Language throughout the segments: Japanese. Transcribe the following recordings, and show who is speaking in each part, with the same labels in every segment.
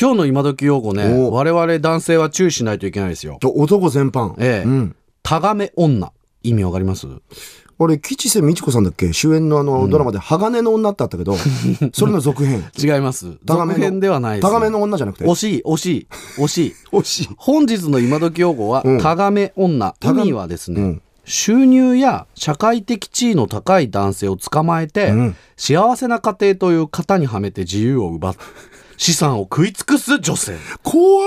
Speaker 1: 今日の今時用語ね、
Speaker 2: お
Speaker 1: 我々男性は注意しないといけないですよ。
Speaker 2: 男全般。
Speaker 1: ええ
Speaker 2: うん。
Speaker 1: タガメ女。意味わかります
Speaker 2: 俺、吉瀬美智子さんだっけ主演のあの、ドラマで、鋼の女ってあった けど、それの続編。
Speaker 1: 違います。
Speaker 2: タガメ
Speaker 1: 続
Speaker 2: の
Speaker 1: 編ではないです。
Speaker 2: タガメの女じゃなくて。
Speaker 1: 惜しい、惜しい、惜しい。
Speaker 2: 惜しい。
Speaker 1: 本日の今時用語は、
Speaker 2: うん
Speaker 1: タガメ女。意味はですね、
Speaker 2: うん
Speaker 1: 収入や社会的地位の高い男性を捕まえて、
Speaker 2: うん
Speaker 1: 幸せな家庭という型にはめて自由を奪う、 資産を食い尽くす女性
Speaker 2: 怖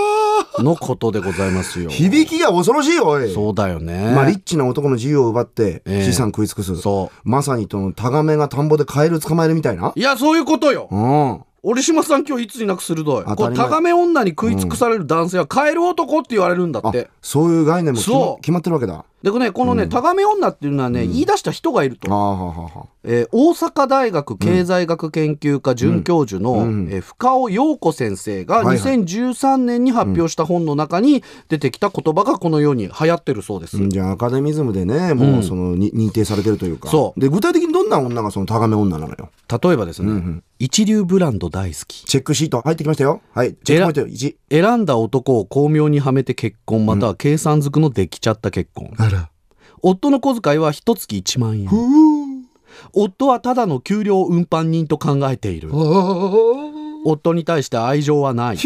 Speaker 2: ー
Speaker 1: のことでございますよ。
Speaker 2: 響きが恐ろしいよ、おい。
Speaker 1: そうだよね。
Speaker 2: まあ、リッチな男の自由を奪って、
Speaker 1: ええ
Speaker 2: 資産食い尽くす。
Speaker 1: そう。
Speaker 2: まさに、との、タガメが田んぼでカエル捕まえるみたいな。
Speaker 1: いや、そういうことよ。
Speaker 2: うん。
Speaker 1: 折島さん今日いつになく鋭い。
Speaker 2: 当
Speaker 1: こ
Speaker 2: たり前
Speaker 1: れ、タガメ女に食い尽くされる男性はカエル男って言われるんだっ
Speaker 2: あ
Speaker 1: て。、
Speaker 2: そういう概念も決
Speaker 1: そ
Speaker 2: ま
Speaker 1: う
Speaker 2: 決まってるわけだ。
Speaker 1: でね、このね、タガメ女っていうのはね、言い出した人がいる
Speaker 2: あ
Speaker 1: と。
Speaker 2: あ、はあはあはあ。
Speaker 1: えー大阪大学経済学研究科准教授の、
Speaker 2: うん
Speaker 1: えー深尾陽子先生が
Speaker 2: はいはい
Speaker 1: 2013年に発表した本の中に出てきた言葉がこのように流行ってるそうです。
Speaker 2: うんじゃあアカデミズムでね、もうその、に認定されてるというか。
Speaker 1: そう
Speaker 2: で、具体的にどんな女がそのタガメ女なのよ。
Speaker 1: 例えばですね、一流ブランド大好き。
Speaker 2: チェックシート入ってきましたよ。はい。チェックポイント1。
Speaker 1: 選んだ男を巧妙にはめて結婚または計算づくのできちゃった結婚、
Speaker 2: あら。
Speaker 1: 夫の小遣いは一月1万円夫はただの給料運搬人と考えている夫に対して愛情はない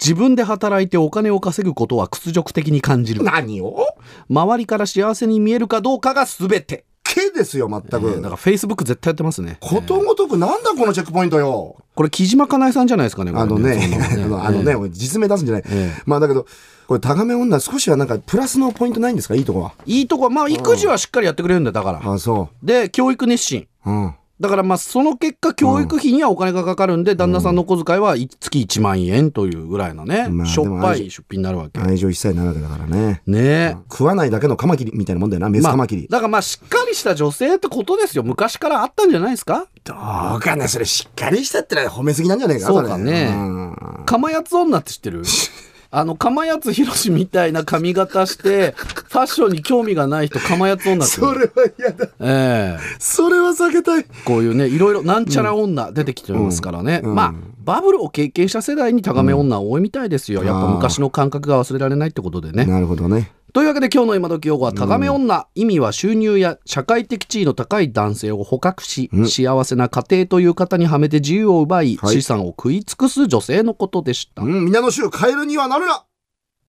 Speaker 1: 自分で働いてお金を稼ぐことは屈辱的に感じる
Speaker 2: 何を
Speaker 1: 周りから幸せに見えるかどうかが全て、
Speaker 2: けですよ、全
Speaker 1: え
Speaker 2: く。
Speaker 1: ーだからフェイスブック絶対やってますね
Speaker 2: ことごとくなんだこのチェックポイントよ。
Speaker 1: これ木島かなえさんじゃないですかねこれ
Speaker 2: あのね、あ
Speaker 1: そんな
Speaker 2: のあのね、俺実名出すんじゃない。
Speaker 1: え
Speaker 2: まあだけど、これタガメ女少しはなんかプラスのポイントないんですかいいとこは。
Speaker 1: いいとこはまあ育児はしっかりやってくれるんだよだから
Speaker 2: あそ
Speaker 1: で教育熱心
Speaker 2: う。うん。
Speaker 1: だからまあその結果教育費にはお金がかかるんで、旦那さんのお小遣いは月1万円というぐらいのね、
Speaker 2: まあ
Speaker 1: しょっぱ
Speaker 2: でも
Speaker 1: い出費になるわけ。
Speaker 2: 愛情一切ないわけだからね。
Speaker 1: ねえ。
Speaker 2: 食わないだけのカマキリみたいなもんだよな、メス
Speaker 1: まあ、
Speaker 2: カマ
Speaker 1: だ
Speaker 2: キリ。
Speaker 1: からまあしっかりした女性ってことですよ昔からあったんじゃないですか
Speaker 2: どうかな、それしっかりしたってのは褒めすぎなんじゃねえか
Speaker 1: そうかね
Speaker 2: ん
Speaker 1: かまやつ女って知って るあのかまやつひろしみたいな髪型してファッションに興味がない人かまやつ女って言
Speaker 2: そうれは嫌だ。
Speaker 1: ええ
Speaker 2: それは避けたい。
Speaker 1: こういうねいろいろなんちゃら女出てきてますからね、
Speaker 2: うんうん
Speaker 1: まあバブルを経験した世代にタガメ女は多いみたいですよ、やっぱ昔の感覚が忘れられないってことでね
Speaker 2: なるほどね。
Speaker 1: というわけで今日の今時用語は「タガメ女」意味は収入や社会的地位の高い男性を捕獲し、幸せな家庭という方にはめて自由を奪い、
Speaker 2: はい
Speaker 1: 資産を食い尽くす女性のことでした。
Speaker 2: うん、皆の衆、カエルにはなるな